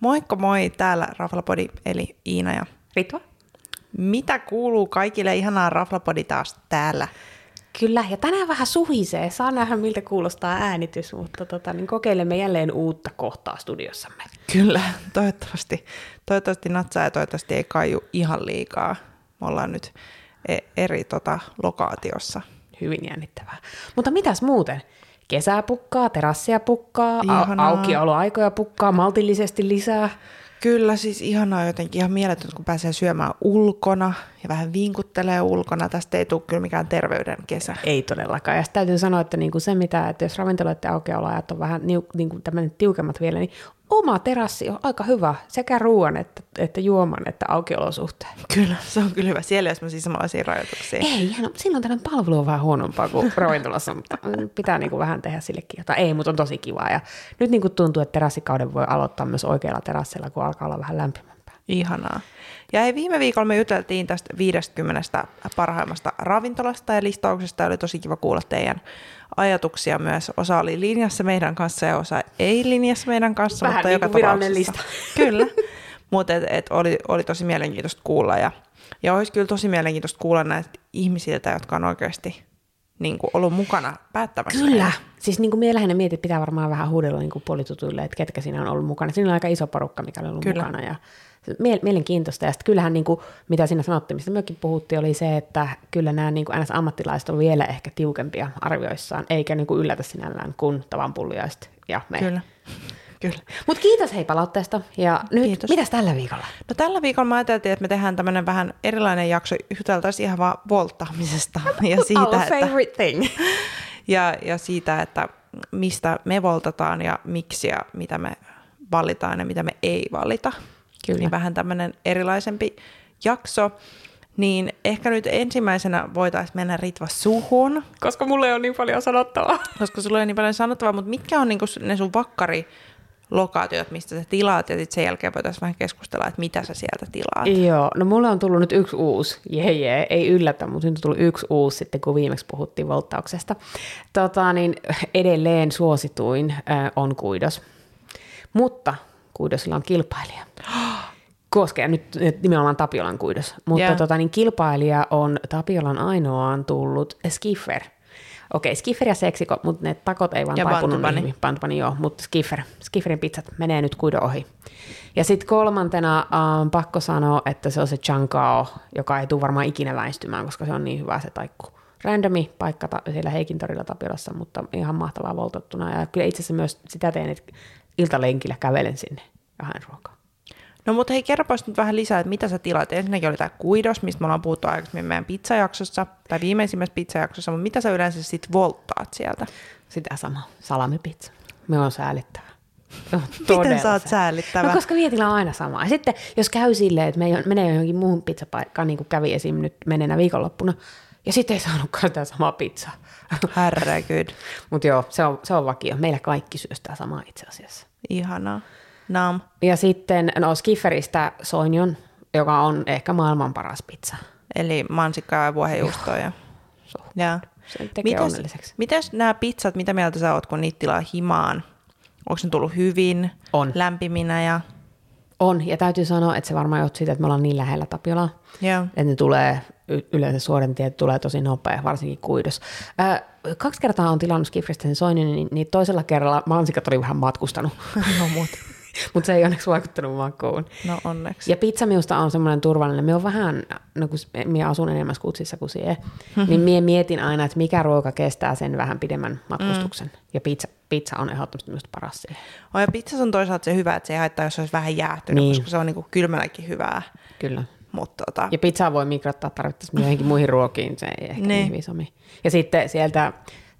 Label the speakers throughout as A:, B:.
A: Moikka moi, täällä Raflapodi, eli Iina ja
B: Ritva?
A: mitä kuuluu kaikille? Ihanaa Raflapodi taas täällä.
B: Kyllä, ja tänään vähän suhisee. Saa nähdä, miltä kuulostaa äänitys, mutta tota, niin kokeilemme jälleen uutta kohtaa studiossamme.
A: Kyllä, toivottavasti. Toivottavasti natsaa ja toivottavasti ei kaiju ihan liikaa. Me ollaan nyt e- eri tota, lokaatiossa.
B: Hyvin jännittävää. Mutta mitäs muuten? Kesää pukkaa, terassia pukkaa, a-
A: Ihanaa.
B: aukioloaikoja pukkaa maltillisesti lisää.
A: Kyllä, siis ihanaa jotenkin ihan mieletöntä, kun pääsee syömään ulkona ja vähän vinkuttelee ulkona. Tästä ei tule kyllä mikään terveyden kesä.
B: Ei todellakaan. Ja sitten täytyy sanoa, että niinku se mitä, että jos ravintoloiden aukioloajat on vähän niu, niinku tämmöinen tiukemmat vielä, niin oma terassi on aika hyvä sekä ruoan että, että juoman että aukiolosuhteen.
A: Kyllä, se on kyllä hyvä. Siellä ei ole semmoisia samanlaisia rajoituksia.
B: Ei, no, silloin tällainen palvelu on vähän huonompaa kuin ravintolassa, mutta pitää niin kuin vähän tehdä sillekin jotain. Ei, mutta on tosi kivaa. Ja nyt niin kuin tuntuu, että terassikauden voi aloittaa myös oikealla terassilla, kun alkaa olla vähän lämpimämpää.
A: Ihanaa. Ja hei, viime viikolla me juteltiin tästä 50 parhaimmasta ravintolasta ja listauksesta. Oli tosi kiva kuulla teidän ajatuksia myös. Osa oli linjassa meidän kanssa ja osa ei linjassa meidän kanssa.
B: Vähän
A: mutta
B: niin
A: joka
B: kuin virallinen
A: tapauksessa. Kyllä. Mutta et, et oli, oli tosi mielenkiintoista kuulla. Ja, ja olisi kyllä tosi mielenkiintoista kuulla näitä ihmisiltä, jotka on oikeasti niin kuin, ollut mukana päättämässä.
B: Kyllä. Siis niin kuin mie lähinnä mietin, että pitää varmaan vähän huudella niin kuin puolitutuille, että ketkä siinä on ollut mukana. Siinä on aika iso porukka, mikä on ollut
A: Kyllä.
B: Kyllä. mukana. Ja se- mie- mielenkiintoista. Ja sitten kyllähän, niin kuin, mitä siinä sanottiin, mistä mekin puhuttiin, oli se, että kyllä nämä niin kuin NS-ammattilaiset on vielä ehkä tiukempia arvioissaan, eikä niin kuin yllätä sinällään kuin tavanpullujaiset ja me.
A: Kyllä. Kyllä.
B: Mutta kiitos hei palautteesta. Ja nyt,
A: Kiitos.
B: kiitos. mitäs tällä viikolla?
A: No tällä viikolla mä ajateltiin, että me tehdään tämmöinen vähän erilainen jakso, juteltaisiin ihan vaan volttaamisesta ja siitä, että,
B: favorite thing.
A: ja, ja siitä, että mistä me voltataan ja miksi ja mitä me valitaan ja mitä me ei valita.
B: Kyllä.
A: Niin vähän tämmöinen erilaisempi jakso. Niin ehkä nyt ensimmäisenä voitaisiin mennä Ritva suhun,
B: Koska mulle ei ole niin paljon sanottavaa.
A: koska sulla ei ole niin paljon sanottavaa, mutta mitkä on niinku ne sun vakkari lokaatiot, mistä sä tilaat, ja sitten sen jälkeen voitaisiin vähän keskustella, että mitä sä sieltä tilaat.
B: Joo, no mulle on tullut nyt yksi uusi. Jee, jee, ei yllätä, mutta nyt on tullut yksi uusi sitten, kun viimeksi puhuttiin volttauksesta. Tota, niin edelleen suosituin äh, on kuidos. Mutta kuidosilla on kilpailija. Koskee nyt, nyt nimenomaan Tapiolan kuidos. Mutta
A: Joo.
B: yeah. tota, niin kilpailija on Tapiolan ainoaan tullut Skiffer. Okei, Skiffer ja Seksiko, mutta ne takot ei vaan
A: Ja
B: ja taipunut
A: Bantupani.
B: niihin. Bantupani, joo, mutta Skiffer. Skifferin pizzat menee nyt kuidon ohi. Ja sitten kolmantena on pakko sanoa, että se on se Chankao, joka ei tule varmaan ikinä väistymään, koska se on niin hyvä se taikku. Randomi paikka ta- siellä Heikin torilla Tapiolassa, mutta ihan mahtavaa voltattuna. Ja kyllä itse asiassa myös sitä teen, että iltalenkillä kävelen sinne ja haen ruokaa.
A: No mutta hei, kerropas nyt vähän lisää, että mitä sä tilaat. Ensinnäkin oli tämä kuidos, mistä me ollaan puhuttu aikaisemmin meidän pizzajaksossa, tai viimeisimmässä pizzajaksossa, mutta mitä sä yleensä sit volttaat sieltä?
B: Sitä sama, salamipizza. Me on säälittävä.
A: Miten sä oot säällittävä?
B: No koska mietillä on aina samaa. Ja sitten jos käy silleen, että me- menee johonkin muuhun pizzapaikkaan, niin kuin kävi esim. nyt menenä viikonloppuna, ja sitten ei saanutkaan sitä samaa pizzaa.
A: Herregud,
B: Mutta joo, se on, se on vakio. Meillä kaikki syö sitä samaa itse asiassa.
A: ihanaa. Nam.
B: Ja sitten, no Skifferistä Soinjon, joka on ehkä maailman paras pizza.
A: Eli mansikkaa ja vuohenjuustoa. Ja...
B: Suh.
A: Ja.
B: Se tekee onnelliseksi.
A: mitäs nämä pizzat, mitä mieltä sä oot, kun niitä tilaa himaan? Onko ne tullut hyvin,
B: On.
A: lämpiminä ja...
B: On, ja täytyy sanoa, että se varmaan johtuu siitä, että me ollaan niin lähellä Tapiolaa.
A: Joo.
B: Että ne tulee, y- yleensä suorentiet tulee tosi nopea, varsinkin kuidos. Ää, kaksi kertaa on tilannut Skifristä sen soinin, niin, niin toisella kerralla mansikat oli vähän matkustanut. no mutta. Mutta se ei onneksi vaikuttanut makuun.
A: No onneksi.
B: Ja pizza minusta on semmoinen turvallinen. Me on vähän, no kun minä asun enemmän skutsissa kuin sie, niin minä mietin aina, että mikä ruoka kestää sen vähän pidemmän matkustuksen. Mm. Ja pizza, pizza on ehdottomasti minusta paras siihen.
A: Oh, ja pizzas on toisaalta se hyvä, että se ei haittaa, jos se olisi vähän jäähtynyt, niin.
B: Niin.
A: koska se on niinku kylmälläkin hyvää.
B: Kyllä.
A: Mutta tota,
B: Ja pizzaa voi mikrottaa tarvittaessa myös johonkin muihin ruokiin, se ei ehkä
A: Niin.
B: niin hyvin somi. Ja sitten sieltä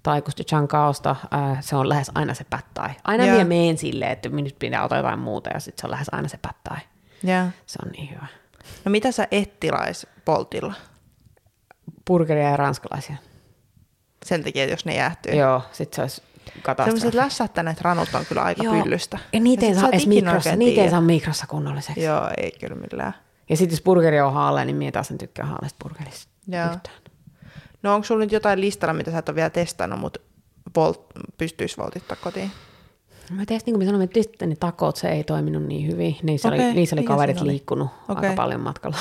B: taikusta chankaosta, äh, se on lähes aina se pättäi. Aina
A: Joo.
B: minä menen silleen, että minä nyt pitää ottaa jotain muuta ja sitten se on lähes aina se pättäi.
A: ja.
B: Se on niin hyvä.
A: No mitä sä et tilais Boltilla?
B: Burgeria ja ranskalaisia.
A: Sen takia, että jos ne jäähtyy.
B: Joo, sitten se olisi katastrofi.
A: Sellaiset lässähtäneet ranut on kyllä aika pyllystä.
B: Ja niitä ei
A: sit
B: saa
A: sä et
B: edes
A: ikinä
B: mikrossa,
A: oikein
B: niitä ei
A: tiedä.
B: saa mikrossa kunnolliseksi. Joo.
A: Joo, ei kyllä millään.
B: Ja sitten jos burgeri on haale, niin minä taas en tykkää haaleista burgerista
A: Joo.
B: yhtään.
A: No onko sulla nyt jotain listalla, mitä sä et ole vielä testannut, mutta volt, pystyisi voltittaa kotiin?
B: Mä teistä, niin kuin me sanoin, että tietysti ne takot se ei toiminut niin hyvin. Niissä okay, oli,
A: Okei,
B: niissä oli
A: mikä
B: kaverit
A: siinä oli?
B: liikkunut okay. aika
A: Okei.
B: paljon matkalla.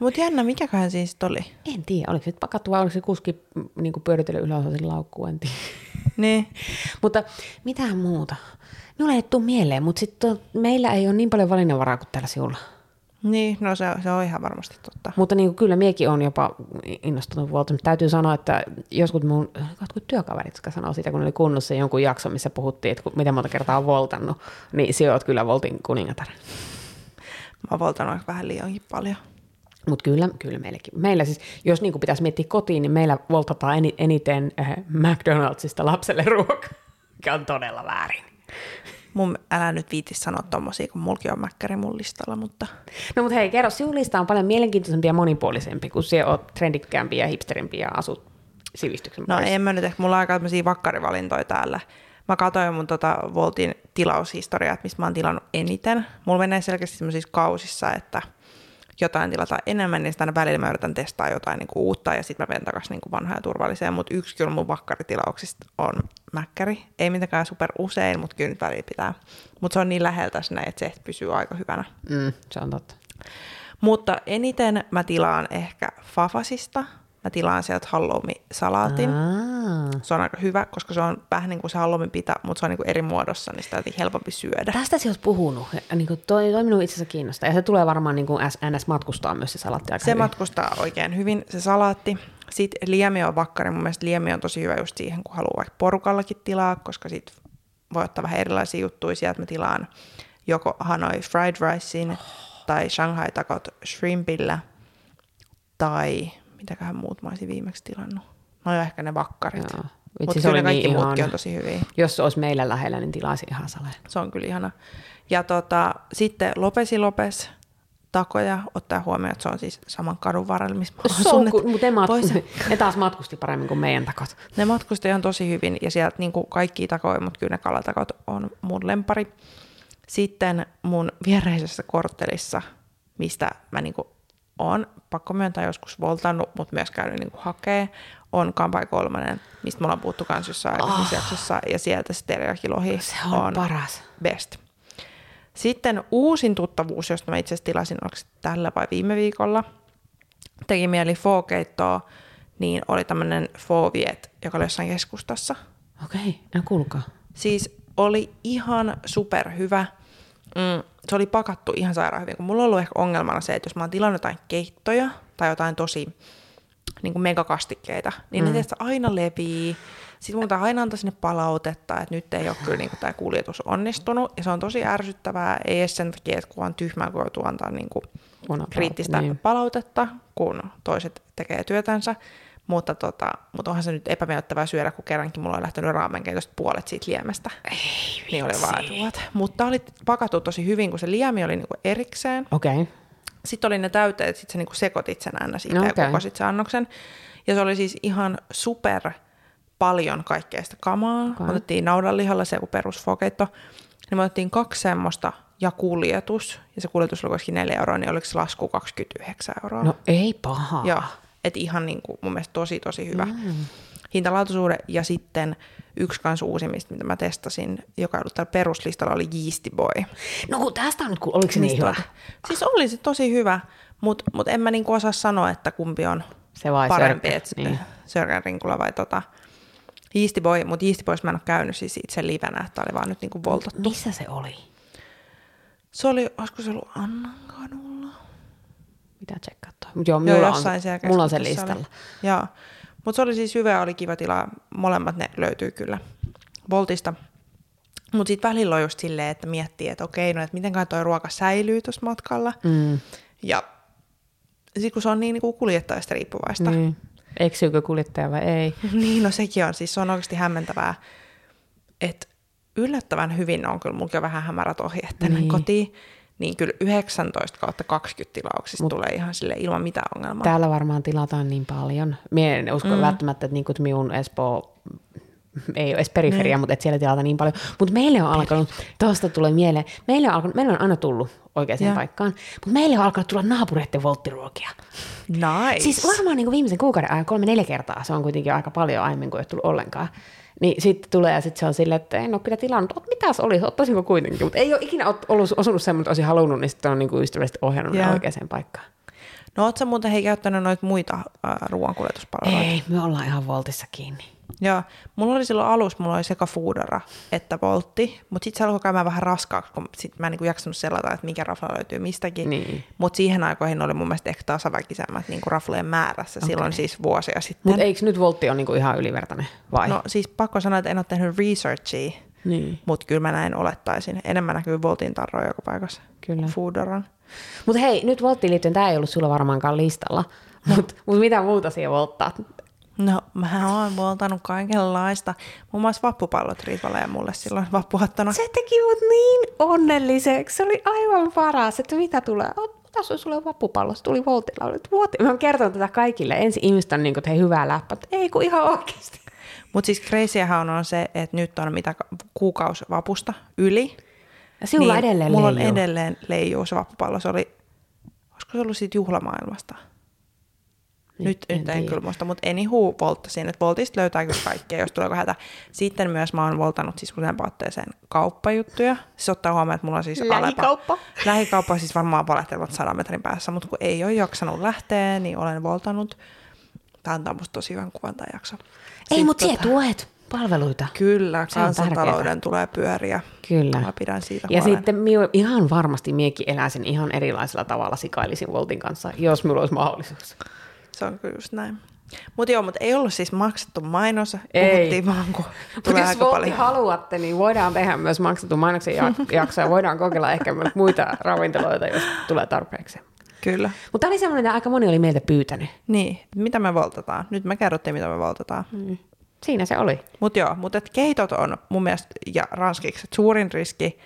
A: Mutta No, jännä, mikäköhän siinä sitten oli?
B: En tiedä, oliko se nyt pakattu vai oliko se kuski niin kuin pyöritellyt yläosaisen laukkuun, en tiedä.
A: Niin.
B: Mutta mitään muuta. Minulle ei tule mieleen, mutta sitten meillä ei ole niin paljon valinnanvaraa kuin täällä siulla.
A: Niin, no se, se on ihan varmasti totta.
B: Mutta niin kuin, kyllä miekin on jopa innostunut vuolta, mutta täytyy sanoa, että joskus mun jotkut työkaverit, jotka sanoo siitä, kun oli kunnossa jonkun jakson, missä puhuttiin, että ku- miten monta kertaa on voltannut, niin se oot kyllä voltin kuningatar.
A: Mä oon voltanut aika vähän liiankin paljon.
B: Mutta kyllä, kyllä meilläkin. Meillä siis, jos niin pitäisi miettiä kotiin, niin meillä voltataan eni- eniten äh, McDonaldsista lapselle ruokaa, mikä on todella väärin.
A: Mun älä nyt viitis sanoa tommosia, kun mulki on mäkkäri mun listalla, mutta
B: No mutta hei, kerro, sinun lista on paljon mielenkiintoisempi ja monipuolisempi, kun sinä oot trendikkäämpi ja hipsterimpi ja asut sivistyksen
A: no
B: parissa.
A: en mä nyt ehkä, mulla on aika tämmöisiä vakkarivalintoja täällä. Mä katsoin mun tota Voltin tilaushistoriaa, että mistä mä oon tilannut eniten. Mulla menee selkeästi semmoisissa kausissa, että jotain tilataan enemmän, niin sitten aina välillä mä yritän testaa jotain niin uutta ja sitten mä menen takaisin niin vanhaan ja turvalliseen. Mutta yksi kyllä mun vakkaritilauksista on mäkkäri. Ei mitenkään super usein, mutta kyllä nyt välillä pitää. Mutta se on niin läheltä sinne, että se pysyy aika hyvänä.
B: Mm, se on totta.
A: Mutta eniten mä tilaan ehkä Fafasista. Mä tilaan sieltä halloumi-salaatin.
B: Aa.
A: Se on aika hyvä, koska se on vähän niin kuin se halloumin pita, mutta se on niin kuin eri muodossa, niin sitä on helpompi syödä.
B: Tästä sinä olet puhunut. Niin kuin toi, toi minun itse asiassa kiinnostaa. Ja se tulee varmaan niin kuin NS matkustaa myös se salatti aika
A: Se
B: hyvin.
A: matkustaa oikein hyvin, se salaatti. Sitten liemi on vakkari. Mun mielestä liemi on tosi hyvä just siihen, kun haluaa vaikka porukallakin tilaa, koska sit voi ottaa vähän erilaisia juttuja. Sieltä mä tilaan joko Hanoi fried ricein
B: Oh.
A: tai Shanghai takot shrimpillä tai mitäköhän muut mä olisin viimeksi tilannut. No jo ehkä ne vakkarit.
B: Joo. Vitsi,
A: Mutta
B: se
A: kyllä
B: oli
A: ne kaikki
B: niin
A: muutkin
B: ihana.
A: on tosi hyviä.
B: Jos se olisi meillä lähellä, niin tilaisi ihan saleen.
A: Se on kyllä ihana. Ja tota, sitten Lopesi Lopes takoja, ottaa huomioon, että se on siis saman kadun varrella, missä mä asun. että
B: mutta ne, mat-
A: voi se-
B: ne taas matkusti paremmin kuin meidän takot.
A: Ne matkusti ihan tosi hyvin ja sieltä niin kuin kaikki takoja, mutta kyllä ne kalatakot on mun lempari. Sitten mun viereisessä korttelissa, mistä mä niin kuin on pakko myöntää joskus voltannut, mutta myös käynyt niin kuin hakee, on Kampai kolmannen, mistä me ollaan puhuttu kans jossain oh. jaksossa, ja sieltä se teriakilohi
B: Ah. Se on, on paras.
A: best. Sitten uusin tuttavuus, josta mä itse asiassa tilasin, oliko se tällä vai viime viikolla, teki mieli fookeittoa, niin oli tämmöinen fooviet, joka oli jossain keskustassa.
B: Okei, en kuulkaa.
A: Siis oli ihan superhyvä. Mm, se oli pakattu ihan sairaan hyvin, kun mulla on ollut ehkä ongelmana se, että jos mä oon tilannut jotain keittoja tai jotain tosi niin kuin megakastikkeita, niin mm. ne tietysti aina levii. Sitten mun pitää aina antaa sinne palautetta, että nyt ei ole kyllä niin tämä kuljetus onnistunut. Ja se on tosi ärsyttävää, ei edes sen takia, että kun on tyhmää, kun joutuu antaa niin kuin
B: Huonoa
A: kriittistä
B: palautetta, niin.
A: palautetta, kun toiset tekee työtänsä. Mutta, tota, mutta onhan se nyt epämiellyttävää syödä, kun kerrankin mulla on lähtenyt raamenkeitosta puolet siitä liemestä. Ei niin oli vaan, että what? Mutta tää oli pakattu tosi hyvin, kun se liemi oli niinku erikseen.
B: Okei. Okay.
A: Sitten oli ne täyteet, sitten sä niinku sekoitit sen aina siitä
B: No
A: okay.
B: okei.
A: ja kokosit sen annoksen. Ja se oli siis ihan super paljon kaikkea sitä kamaa. Okay. Otettiin naudanlihalla se joku perusfokeitto. Niin me otettiin kaksi semmoista ja kuljetus. Ja se kuljetus oli kuitenkin 4 euroa, niin oliko se lasku 29 euroa.
B: No ei paha.
A: Joo. Et ihan niin kuin mun mielestä tosi tosi hyvä mm. hintalaatuisuuden. Ja sitten yksi kans uusimmista, mitä mä testasin, joka oli täällä peruslistalla, oli Yeasty Boy.
B: No kun tästä on nyt, kuul- oliko se niin
A: Mistä
B: hyvä?
A: olet? Siis oli se tosi hyvä, mutta mut en mä niinku osaa sanoa, että kumpi on
B: Se vai
A: parempi,
B: Sörkän,
A: että
B: niin.
A: niin. Sörkän rinkula vai tota. Yeasty Boy, mutta Yeasty Boys mä en ole käynyt siis itse livenä, että oli vaan nyt niinku voltattu.
B: Missä se oli?
A: Se oli, olisiko se ollut Annankadulla?
B: Mitä tsekkaa toi? Mut joo,
A: Joo,
B: mulla,
A: jossain siellä
B: on, mulla on se
A: keskustassa oli.
B: listalla.
A: Joo, mutta se oli siis hyvä ja oli kiva tilaa. Molemmat ne löytyy kyllä Voltista. Mutta sitten välillä on just silleen, että miettii, että okei, no että mitenköhän toi ruoka säilyy tuossa matkalla. Mm. Ja sitten kun se on niin, niin kuin kuljettajasta riippuvaista. Mm.
B: Niin. Eksyykö kuljettaja vai ei?
A: niin, no sekin on. Siis se on oikeasti hämmentävää, että yllättävän hyvin on kyllä mulkin on vähän hämärät ohjeet tänne
B: Niin.
A: niin. kotiin. Niin kyllä 19 kautta 20 tilauksista Mut. tulee ihan sille ilman mitään ongelmaa.
B: Täällä varmaan tilataan niin paljon. Mie en usko mm. välttämättä, että niinku minun Espoo ei ole edes periferia, mutta et siellä tilata niin paljon. Mutta meille on alkanut, tuosta tulee mieleen, meille on, alkanut, meille on aina tullut oikeaan
A: Joo.
B: paikkaan, mutta meille on alkanut tulla naapureiden volttiruokia.
A: Nice.
B: Siis varmaan niin viimeisen kuukauden ajan kolme-neljä kertaa, se on kuitenkin aika paljon aiemmin kuin ei ole tullut ollenkaan. Niin sitten tulee ja sitten se on silleen, että en ole kyllä tilannut, Ot, mitäs oli, ottaisinko kuitenkin. Mutta ei ole ikinä ot- ollut, osunut semmoinen, että olisin halunnut, niin sitten on niin ystävällisesti ohjannut yeah.
A: Joo.
B: oikeaan paikkaan.
A: No oot sä muuten hei käyttänyt noita muita äh, ruoankuljetuspalveluita?
B: Ei, me ollaan ihan voltissa kiinni.
A: Joo. Mulla oli silloin alussa, mulla oli sekä Foodora että Voltti, mutta sitten se alkoi käymään vähän raskaaksi, kun sit mä en niinku jaksanut selata, että mikä rafla löytyy mistäkin.
B: Niin.
A: Mutta siihen aikoihin oli mun mielestä ehkä tasaväkisemmät niinku raflojen määrässä okay. silloin siis vuosia sitten.
B: Mutta eikö nyt voltti ole niinku ihan ylivertainen vai?
A: No siis pakko sanoa, että en ole tehnyt researchia,
B: Niin.
A: mutta kyllä mä näin olettaisin. Enemmän näkyy Voltin tarroja joka paikassa.
B: Kyllä.
A: Foodoran.
B: Mutta hei, nyt volttiin liittyen, tämä ei ollut sulla varmaankaan listalla. Mutta mut mitä muuta siihen volttaa?
A: No, mä oon voltanut kaikenlaista. Muun muassa vappupallot Ritvalle ja mulle silloin vappuhattona.
B: No. Se teki mut niin onnelliseksi. Se oli aivan paras, että mitä tulee. Ot, tässä on sulle vappupallo, se tuli voltilla. Olet vuoti. Mä oon kertonut tätä kaikille. Ensin ihmiset on niin kuin, että hei hyvää läppä. Mutta Ei kun ihan oikeasti.
A: Mutta siis crazyhän on se, että nyt on mitä ka- kuukausi vapusta yli.
B: Ja sinulla niin, edelleen
A: Mulla
B: leijuu.
A: on edelleen leijuu se vappupallo. Se oli, olisiko se ollut siitä juhlamaailmasta? Nyt,
B: Niin, en
A: nyt en,
B: tiedä.
A: kyllä muista, mutta anywho volttasiin, että voltista löytää kyllä kaikkea, jos tuleeko hätä. Sitten myös mä oon voltannut siis useampaan otteeseen kauppajuttuja. Siis ottaa huomioon, että mulla on siis
B: Lähikauppa.
A: Alepa. Lähikauppa on siis varmaan valehtelevat sadan metrin päässä, mutta kun ei ole jaksanut lähteä, niin olen voltannut. Tämä antaa musta tosi hyvän kuvan tämä jakso.
B: Ei,
A: Sit
B: mutta
A: tota-
B: siellä tuet palveluita.
A: Kyllä,
B: Se on tärkeetä.
A: kansantalouden tulee pyöriä.
B: Kyllä.
A: Mä pidän siitä
B: Ja
A: huolen.
B: sitten miu, ihan varmasti miekin eläisin ihan erilaisella tavalla sikailisin Voltin kanssa, jos minulla olisi mahdollisuus.
A: Se on kyllä just näin. Mutta joo, mutta ei ollut siis maksettu mainos.
B: Ei.
A: Puhuttiin vaan, kun
B: Mutta
A: tulee
B: jos
A: aika
B: Voltti
A: paljon.
B: haluatte, niin voidaan tehdä myös maksetun mainoksen jak- jaksoja. Voidaan kokeilla ehkä myös muita ravintoloita, jos tulee tarpeeksi.
A: Kyllä.
B: Mutta tämä oli semmoinen, mitä aika moni oli meiltä pyytänyt.
A: Niin, mitä me voltataan? Nyt me kerrottiin, mitä me voltataan. Mm.
B: Siinä se oli.
A: Mutta joo, mutta et keitot on mun mielestä, ja ranskiksi, et suurin riski,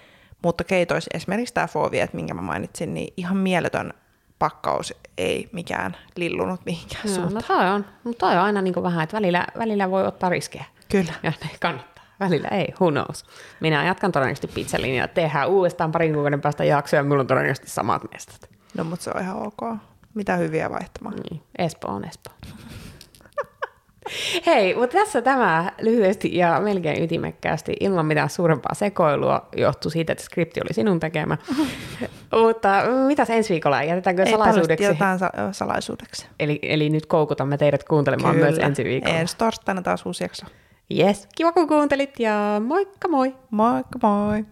A: mutta keitois esimerkiksi tämä foovi, että minkä mä mainitsin, niin ihan mieletön pakkaus ei mikään lillunut mihinkään no.
B: Joo, no toi on, no toi on aina niin vähän, että välillä, välillä voi ottaa riskejä.
A: Kyllä.
B: Ja ne kannattaa. Välillä ei, who knows. Minä jatkan todennäköisesti pizzalinjaa. Tehdään uudestaan parin kuukauden päästä jaksoja, mulla on todennäköisesti samat mestat.
A: No mutta se on ihan ok. Mitä hyviä vaihtamaan.
B: Niin, Espoo on Espoo. Hei, mutta tässä tämä lyhyesti ja melkein ytimekkäästi ilman mitään suurempaa sekoilua johtui siitä, että skripti oli sinun tekemä. mutta mitäs ensi viikolla? Jätetäänkö
A: Ei
B: salaisuudeksi?
A: paljasta jotain sa- salaisuudeksi.
B: Eli, eli nyt koukutamme teidät kuuntelemaan myös ensi viikolla.
A: Ensi torstaina taas uusi jakso.
B: Yes, kiva kun kuuntelit ja moikka moi!
A: Moikka moi!